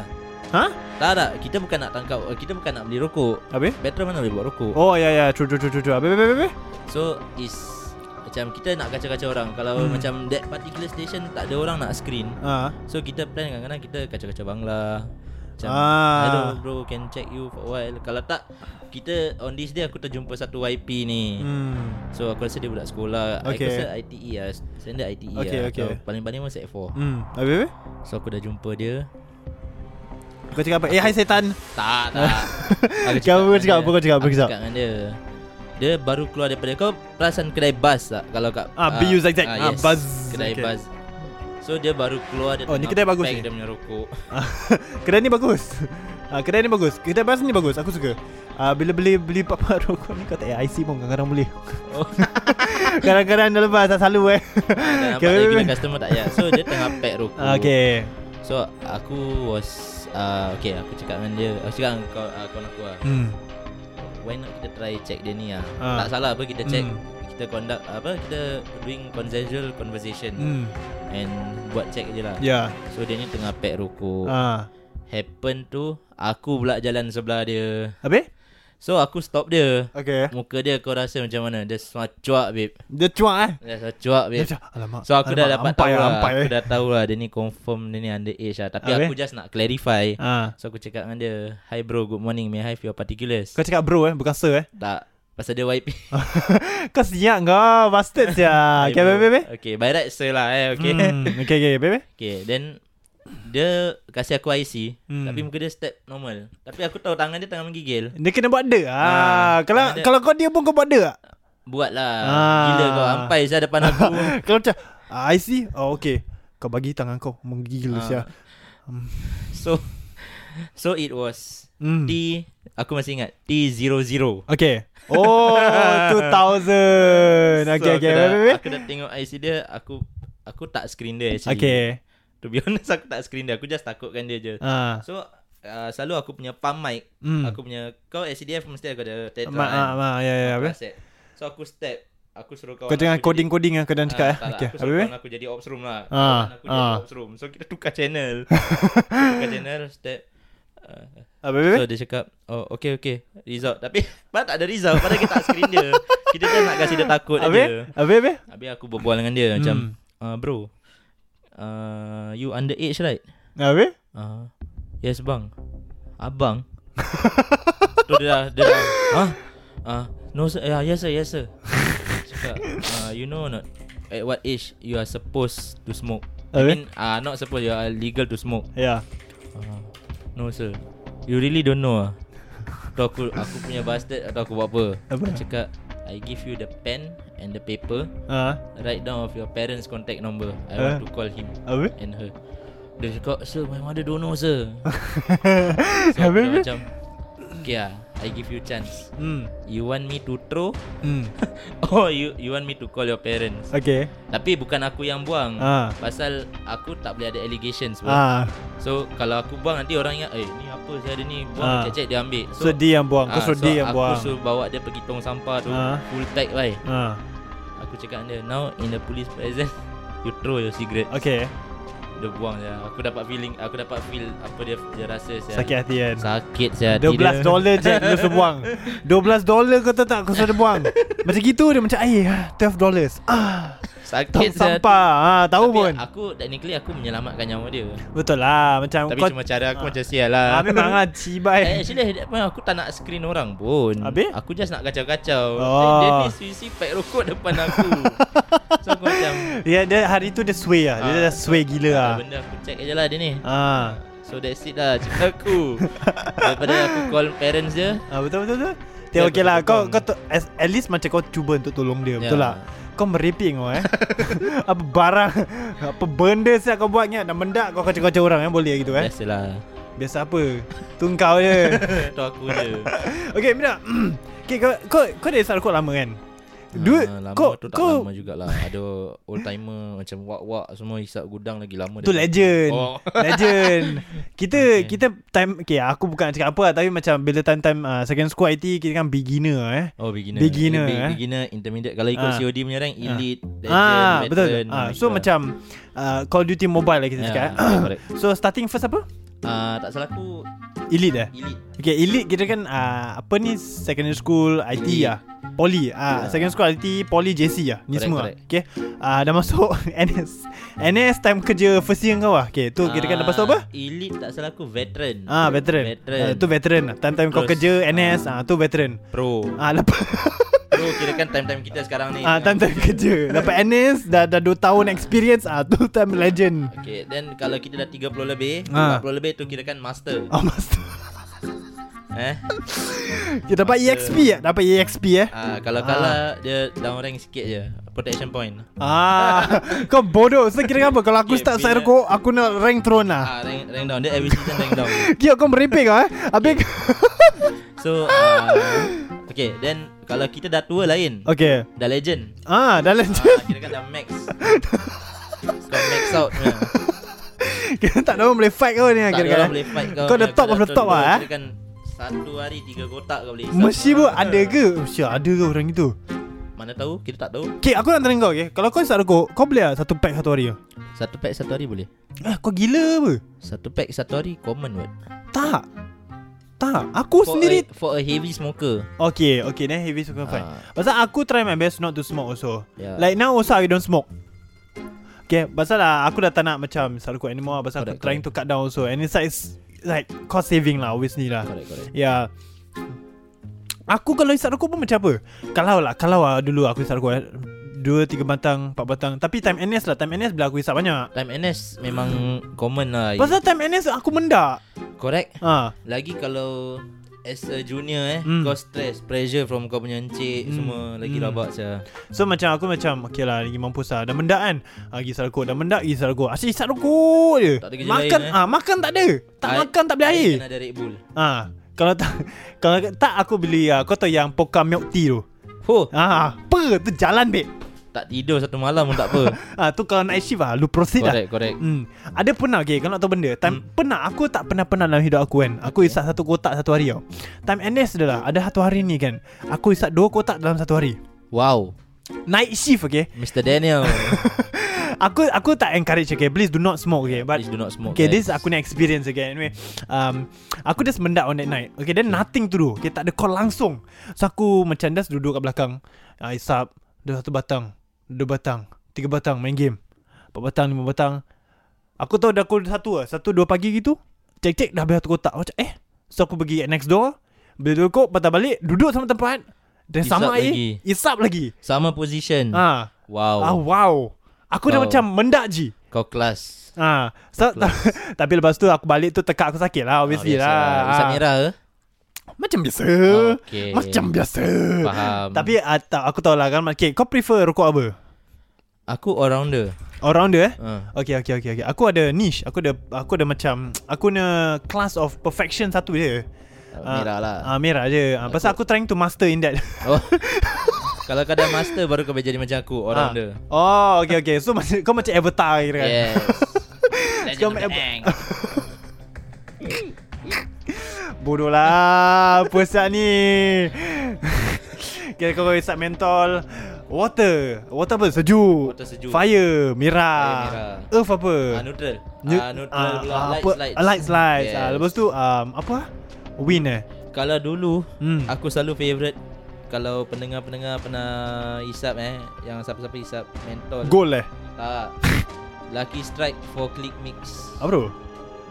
Ha? Tak tak. Kita bukan nak tangkap. uh, Kita bukan nak beli rokok. Apa Petrol mana boleh buat rokok? Oh ya ya true true true true, true Apa apa apa apa So is macam kita nak kacau-kacau orang Kalau Hmm. hmm. macam that particular station tak ada orang nak screen Ah, So kita plan kadang-kadang kita kacau-kacau Bangla Macam Ah. ah. hello bro can check you for a while Kalau tak kita on this day aku terjumpa satu YP ni hmm. Hmm So aku rasa dia budak sekolah Okay. Aku rasa ITE lah standard ITE Okay, lah okay. So, Paling-paling pun set 4 Hmm Apa apa So aku dah jumpa dia Kau cakap apa Eh hai setan Tak tak Aku Kau apa kau dengan cakap apa dia. kau cakap apa Aku kau cakap cakap dengan dia Dia baru keluar daripada Kau perasan kedai bas tak Kalau kat Ah, BU zigzag. Ah, bus. Kedai Okay. okay. bas So dia baru keluar dia Oh, ni tengah kedai bagus pack ni. Dia punya rokok Ah, kedai ni bagus. Ah, kedai ni bagus. Kedai bas ni bagus. Aku suka. Ah, bila beli beli papa rokok ni kau tak payah IC pun kadang-kadang boleh. Oh Kadang-kadang dah lepas tak selalu eh. Dah nampak Okay, dia wait, gila wait. customer tak ya So dia tengah pack rokok Ah, okay. So aku was uh, Okay aku cakap dengan dia Aku cakap dengan kau, uh, kawan aku lah Hmm. Why not kita try check dia ni lah Ah. Tak salah apa kita check Hmm. Kita conduct Apa kita doing consensual conversation Hmm. And buat check je lah Ya. So dia ni tengah pack rokok Ah. Happen tu Aku pula jalan sebelah dia Habis? So aku stop dia Okay. Muka dia kau rasa macam mana Dia semua cuak babe Dia cuak eh. Dia semua cuak Dia babe macam alamak. So aku dah alamak, dapat ampai tahu lah, lah ampai. Aku dah tahu lah Dia ni confirm Dia ni underage lah Tapi Habis? aku just nak clarify Ah. So aku cakap dengan dia Hi bro good morning May I have your particulars Kau cakap bro eh, bukan sir eh. Tak Pasal dia YP Kau siap kau, bastard sia. Hi, Ah, Okay, bro. babe, babe. Okay by right sir lah eh Okay Hmm. Okay, okay, babe. Okay then Dia kasih aku IC Hmm. Tapi muka dia step normal Tapi aku tahu tangan dia tengah menggigil Dia kena buat dia. Ah, Ah, kalau ada. kalau kau dia pun kau buat dia. Buat lah Ah. Gila kau Ampai saya depan aku Kau macam ah, I see Oh okay Kau bagi tangan kau Menggila Ah. sia So So it was Hmm. T Aku masih ingat T00 Okay Oh 2000 Okay okay so, aku, dah, wait, wait, wait. aku dah tengok IC dia Aku Aku tak screen dia actually Okay To be honest aku tak screen dia Aku just takutkan dia je Ah, So uh, Selalu aku punya pump mic Hmm. Aku punya Kau SCDF mesti aku ada tetra Ma, ah, ma, ya, ya, apa? Aset. So aku step Aku suruh kawan Kau jangan aku jadi- coding-coding lah Kau jangan cakap Ah, eh tak lah. Okay Aku Habis suruh habis? kawan aku jadi ops room lah Ah, Kawan Aku jadi ah. ops room So kita tukar channel Tukar channel Step Ah, Habis habis? So dia cakap Oh okay okay Result Tapi Padahal tak ada result Padahal kita tak screen dia Kita just nak kasi dia takut Habis? aja Habis habis? Habis aku berbual dengan dia Macam uh, Bro uh, You underage right Habis? uh, Yes bang Abang Tu dia dah Dia dah Huh uh, No sir yeah, Yes sir Yes sir Cakap uh, You know or not At what age You are supposed to smoke I Habis? mean uh, Not supposed You are legal to smoke Ya Ah, No sir You really don't know ah Atau aku Aku punya bastard Atau aku buat apa Apa? Aku cakap I give you the pen And the paper Ah, Write down of your parents contact number I Ah. want to call him Habis? And her Dia cakap Sir my mother don't know sir So Habis aku dah habis? macam Okay lah I I give you chance. Hmm. You want me to throw Hmm. or you you want me to call your parents? Okay. Tapi bukan aku yang buang. Ah. Pasal aku tak boleh ada allegations pun. Ah. So kalau aku buang nanti orang ingat eh ni apa saya ada ni buang Ah. cek-cek dia ambil. So, dia yang buang. Kau ah, suruh dia yang aku buang. suruh bawa dia pergi tong sampah tu Ah. full pack why. Ah. Aku cakap dengan dia now in the police presence you throw your cigarette. Okay. Dia buang je. Aku dapat feeling aku dapat feel apa dia dia rasa saya. Sakit hati kan. Sakit saya. 12 dolar je Lu suruh buang 12 dolar kau tahu tak Kau suruh dia buang Macam gitu dia macam Air 12 dollars ah, Sakit Tong saya. sampah ah, Tahu Tapi pun aku technically aku menyelamatkan nyawa dia. Betul lah Macam Tapi kau cuma cara aku Ah. macam ah, sial lah. Memang lah Eh, Cibai actually at that point aku tak nak screen orang pun Habis? Aku just nak kacau-kacau Oh. Dia ni sisi pack rokok depan aku So aku macam Ya dia hari tu dia sway lah Dia Ah. dah sway gila "Ah, lah Benda aku check je lah dia ni ah. So that's it lah cerita aku Daripada aku call parents dia ah Betul betul betul Dia Tapi okay lah Kau, kau betul-betul tu, as, At least macam kau cuba untuk tolong dia Betul Ya. lah Kau merepek kau eh Apa barang Apa benda siap kau buat ni Nak mendak kau kacau-kacau orang eh Boleh gitu eh Biasalah Biasa apa Tungkau je Tu lah. aku je Okay Mira Okay kau Kau, kau dari Sarawak lama kan Duit Ah, Lama Kau tu tak kau lama jugalah Ada old timer Macam wak-wak Semua hisap gudang lagi lama Tu dia- legend Oh. Legend Kita Okay. Kita time Okay aku bukan nak cakap apa lah, Tapi macam Bila time-time uh, Second school IT Kita kan beginner eh Oh beginner Beginner, Be- eh. Beginner intermediate Kalau ikut Ah. COD punya rank Elite Legend Ah betul veteran, ah, ah, So gitulah. macam uh, Call of Duty Mobile lah kita Ya, cakap correct. So starting first apa Ah, tak salah aku Elite eh elite. Okay elite kita kan uh, Apa ni Secondary school IT Elite. lah Poly ah, Ya. Second school IT Poly JC lah Ni Correct, semua correct. Okay ah, Dah masuk NS NS time kerja First year kau lah Okay tu kita kan lepas tu apa Ah, Elite tak salah aku veteran. Ah veteran. Veteran. Ah, tu veteran. lah. Time-time kau Terus, kerja NS ah tu veteran. Pro. Ah lepas Pro kira kan time-time kita sekarang ni. ah time-time kerja. Lepas NS dah dah 2 tahun experience ah tu time legend. Okay, then kalau kita dah 30 lebih, Ah. 40 lebih tu kira kan master. Ah master. Eh? Kita dapat EXP ya, dapat EXP eh. Ah, kalau kalah dia down rank sikit je. Protection point. Ah, kau bodoh. So kira apa? Kalau aku Okay, start saya bila- rokok, aku nak rank throne lah. Ah, rank, rank down. Dia every season rank down. Kira kau merepek kau eh. Habis So, ah, okay, then kalau kita dah tua lain. Okay. Dah legend. Ah, dah legend. Ah, kira kan dah max. Kau max out. punya. Kira tak ada orang boleh fight kau ni lah Tak kira ada orang boleh fight kau Kau the punya top of the keraton top kau lah eh. Kira kan satu hari tiga kotak kau boleh hisap Mesti pun ada ke? Mesti ada ke orang itu? Mana tahu, kita tak tahu Okay, aku nak tanya kau okay? Kalau kau start rokok, kau boleh lah satu pack satu hari ke? Satu pack satu hari boleh? Ah, kau gila apa? Satu pack satu hari common what Tak. Tak. Aku For sendiri. a, for a heavy smoker Okay, okay. Then heavy smoker fine. Ah. ya. Pasal aku try my best not to smoke also. Yeah. Like now also I don't smoke. Okay, pasal lah aku dah tak nak macam sarukut anymore. Pasal aku Correct, trying to cut down also. And it's like, it's like cost saving lah obviously lah. Correct correct Ya Aku kalau isap rokok pun macam apa Kalau lah Kalau lah dulu aku isap rokok eh, Dua, tiga batang, empat batang Tapi time NS lah Time NS bila aku isap banyak Time NS memang common lah Pasal time NS aku mendak Correct ha. Lagi kalau As a junior eh Hmm. Kau stress Pressure from kau punya encik Hmm. Semua Lagi Hmm. rabak saya So macam aku macam Okay lah lagi mampus lah Dah mendak kan ha, Pergi isap rokok Dah mendak pergi isap rokok Asyik isap rokok je Tak ada kerja Makan lain, eh. ah, Makan tak ada Tak Air- makan tak boleh air Kan ada Red Bull ha. Kalau tak Kalau tak aku beli ah, Kau tahu yang Poka milk tea tu Ho ha, Apa tu jalan babe Tak tidur satu malam pun tak apa ha, Tu kalau night shift lah Lu proceed lah Correct correct Hmm. Ada pernah okay, Kau nak tahu benda time, Pernah Aku tak pernah pernah dalam hidup aku kan Aku isap satu kotak satu hari tau Time NS dia lah Ada satu hari ni kan Aku isap dua kotak dalam satu hari Wow Night shift okay Mr. Daniel Aku aku tak encourage okay Please do not smoke okay But Please do not smoke Okay eh. this guys. aku ni experience okay Anyway um, Aku just mendak on that night Okay then nothing to do Okay tak ada call langsung So aku macam just duduk kat belakang uh, Isap Dua satu batang Dua batang Tiga batang main game Empat batang lima batang Aku tahu dah aku satu lah Satu dua pagi gitu Cek cek dah habis satu kotak Macam eh So aku pergi next door Beli rokok patah balik Duduk sama tempat Dan Isap sama lagi. air Isap lagi Sama position ha. Wow Ah wow Aku dah Wow. macam mendak je Kau kelas Ha, so, ta- tapi lepas tu aku balik tu tekak aku sakit lah obviously biasa. lah. Isap Ah. merah ke? Macam biasa. Okey. Macam biasa. Faham Tapi uh, tak, aku tahu lah kan okay, kau prefer rokok apa? Aku all-rounder Orang dia eh? ha. Okay, okay, okay, okay. Aku ada niche. Aku ada aku ada macam aku ada class of perfection satu je. Ah, Merah lah Ah merah je. Ah, pasal aku trying to master in that. oh. Kalau kau dah master Baru kau boleh jadi macam aku Ah. Orang dia Oh, okay okay. So macam kau macam avatar gitu kan. Yes Kau Legend of main the apa? Aang. Bodoh lah Apa siap ni Kira kau isap mentol Water Water apa? Sejuk Water sejuk. Fire Merah, Fire merah. Earth apa? Ah, Neutral Nu- Ah, Neutral ah, pula ah, Lights apa? lights. Ah, Lights lights Ah, Yes. Lepas tu um, Apa? Wind eh Kalau dulu Hmm. hmm. Aku selalu favourite Kalau pendengar-pendengar Pernah isap eh Yang siapa-siapa isap Mentol Gold eh Tak Lucky Strike for Click Mix Apa tu?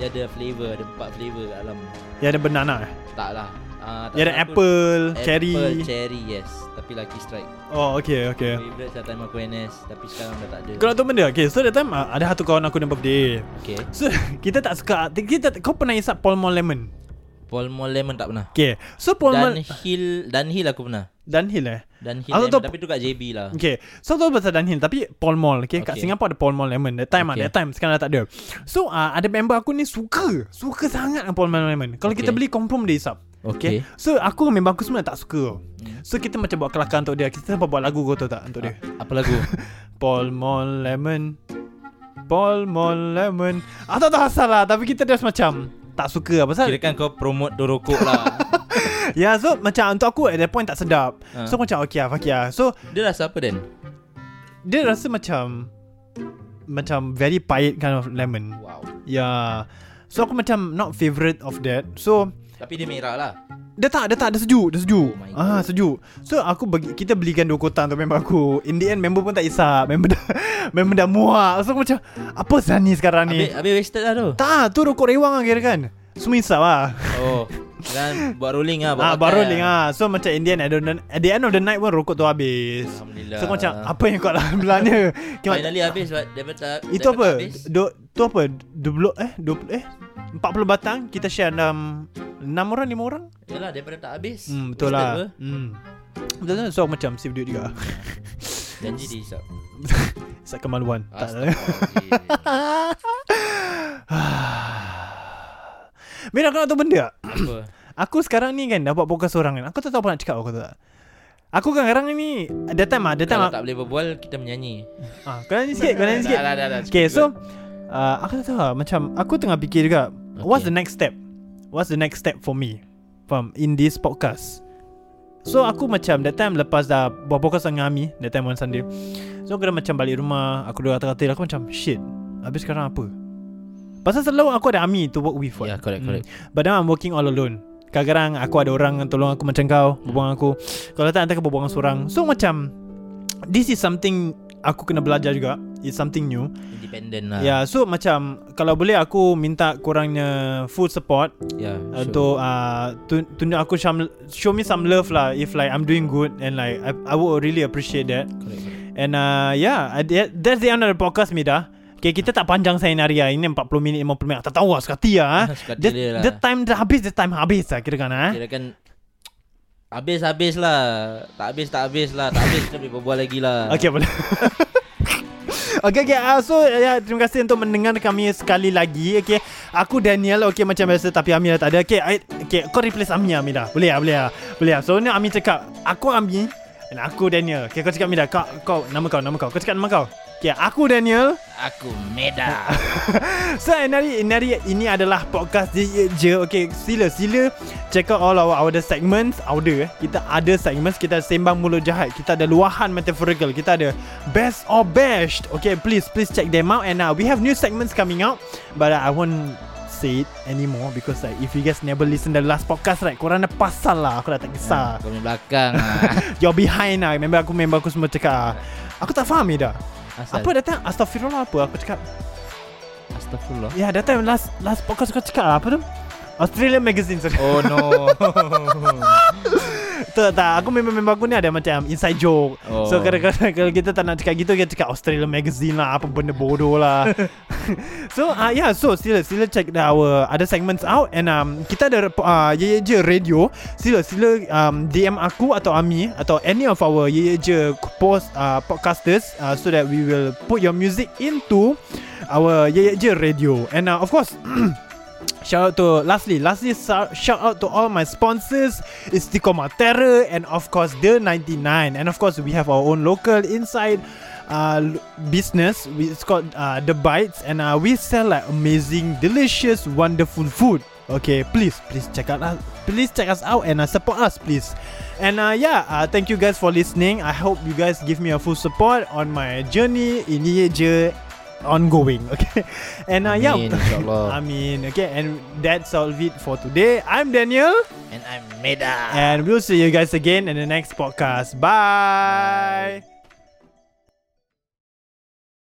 Dia ada flavour Ada empat flavour kat dalam Yang ada banana eh Tak lah uh, Yang ada apple, Cherry Apple, cherry yes Tapi Lucky Strike Oh okay okay Favourite saat time aku NS Tapi sekarang dah tak ada Kau nak tahu benda? Okay so that time ah, Ada satu kawan aku yang birthday Okay So kita tak suka kita, Kau pernah isap Pall Mall Lemon? Polmol Lemon tak pernah Okay So Pall Mall Dunhill Dunhill aku pernah Dunhill eh Dunhill Aku Lemon tahu- Tapi tu kat JB lah Okay So tu pasal Dunhill Tapi Paul Mall okay? okay. Kat Okay. Singapore ada Paul Mall Lemon That time okay. Okay. That time Sekarang dah tak ada So uh, ada member aku ni Suka Suka sangat dengan Paul Mall Lemon Kalau okay. kita Okay. beli Confirm dia isap Okay. So aku dengan member aku semua tak suka So kita macam buat kelakar untuk dia Kita sampai buat lagu kau tahu tak Untuk dia Apa lagu? Paul Mall Lemon Paul Mall Lemon Ah tak tahu asal lah Tapi kita just macam Tak suka lah Pasal Kira kan kau promote tu rokok lah Ya yeah, so macam Untuk aku at that point tak sedap Ah. So macam okay lah fuck yeah. So Dia rasa apa Dan? Dia rasa macam Macam very pahit kind of lemon Wow Yeah So aku macam not favourite of that So Tapi dia merah lah Dia tak, dia tak, dia sejuk, dia sejuk Oh my Ah sejuk So aku bagi, kita belikan dua kotak untuk member aku In the end member pun tak isap Member dah, member dah muak So aku macam Apa sah ni sekarang ni Habis, habis wasted lah tu Tak, tu rokok rewang lah kira kan Semua isap lah Oh Dan buat rolling lah buat Ah, pakai baru link lah So macam in the end at the, at the end of the night pun rokok tu habis Alhamdulillah So aku macam apa yang kau lah belanya Kau- Finally habis buat Daripada tak Itu apa? daripada habis. Do, tu apa? 20 eh 20 eh 40 batang kita share 6 6 orang 5 orang. Yalah daripada tak habis Hmm betul wasted lah. apa? Hmm. Betul lah so aku macam save duit juga. Janji dia hisap Sat kemaluan. Tak. eh? Astagfirullahaladzim. Mira kau nak tahu benda? tak? Apa? Aku sekarang ni kan dapat podcast orang kan. Aku tak tahu apa nak cakap aku tak. Aku kadang-kadang ni Ada time ah, ada time Kalau ah. tak boleh berbual Kita menyanyi ah. Kau nanti sikit, kau nanti sikit. Dah, dah, dah, dah, cukup Okay so dulu. uh, Aku tak tahu lah Macam aku tengah fikir juga What's Okay. the next step What's the next step for me From in this podcast So aku macam That time lepas dah Buat podcast dengan Ami That time one Sunday So aku dah macam balik rumah Aku dah kata-kata Aku macam shit Habis sekarang apa Pasal selalu aku ada Ami to work with what? Ya, correct, Hmm. correct. But now I'm working all alone Kadang-kadang aku ada orang yang Tolong aku macam Hmm. kau Berbual dengan aku Kalau tak nanti aku berbual dengan seorang So macam This is something Aku kena belajar juga It's something new Independent lah Hmm. Ya, yeah, so macam kalau boleh aku minta korangnya full support yeah sure. untuk uh, tu- tunjuk aku some, show me some love lah if like I'm doing good and like I, I would really appreciate that. Correct, correct. And uh, yeah, I- that, that's the end of the podcast Mida. Okay, kita tak panjang saya hari ah. Ini 40 minit 50 minit. Aku Tak tahu lah sekati ah. Suka hati The, dia lah. the time dah habis, the time habis lah kira kan ah. Kira kan Habis-habis lah Tak habis tak habis lah Tak habis kita boleh berbual lagi lah Okay boleh Okay, okay. Uh, so, ya, terima kasih untuk mendengar kami sekali lagi. Okay, aku Daniel. Okay, macam biasa tapi Amir dah tak ada. Okay, I, okay. Kau replace Amir, Amir dah. Boleh, ah, boleh, ah. boleh. ah. So ni Amir cakap, aku Amir dan aku Daniel. Okay, kau cakap Amir dah. Kau, kau, nama kau, nama kau. Kau cakap nama kau. Okay, aku Daniel. Aku Meda So Enari Enari ini adalah podcast di je. Okay, sila sila check out all our other segments. Other eh. Kita ada segments kita sembang mulut jahat. Kita ada luahan metaphorical. Kita ada best or best. Okay, please please check them out. And uh, we have new segments coming out, but uh, I won't say it anymore because like if you guys never listen the last podcast right, korang dah pasal lah. Aku dah tak kisah. Kau punya belakang ah. You're behind lah. Member aku member aku semua cakap. ah. Aku tak faham ni dah. Asal Apa datang? Astaghfirullah apa? Aku cakap Astagfirullah Ya, that time last last podcast kau cakap apa tu? Australian magazine sorry. Oh no Tak tak Aku member-member aku ni ada macam Inside joke oh. Oh. So kadang-kadang Kalau kita tak nak cakap gitu Kita cakap Australian magazine lah Apa benda bodoh lah So uh, yeah So sila sila check the our Other segments out And um, kita ada uh, Ye Ye Je Radio Sila sila um, DM aku Atau Ami Atau any of our Ye Ye Je post, uh, Podcasters uh, So that we ah, will Put your music into Our Ye Ye Je Radio And uh, of course Shout out to Lastly Lastly sa- shout out to all my sponsors Istiqomah Terror And of course The 99 And of course we have our own local inside uh, l- business We- It's called uh, The Bites And uh, we sell like amazing Delicious Wonderful food Okay please Please check out us Please check us out And uh, support us please And uh, yeah uh, Thank you guys for listening I hope you guys give me a full support On my journey Ini je Ongoing Okay And uh, yeah Oh, Amin, InsyaAllah I mean, okay, and that's all of it for today. I'm Daniel, And I'm Meda and we'll see you guys again in the next podcast. Bye.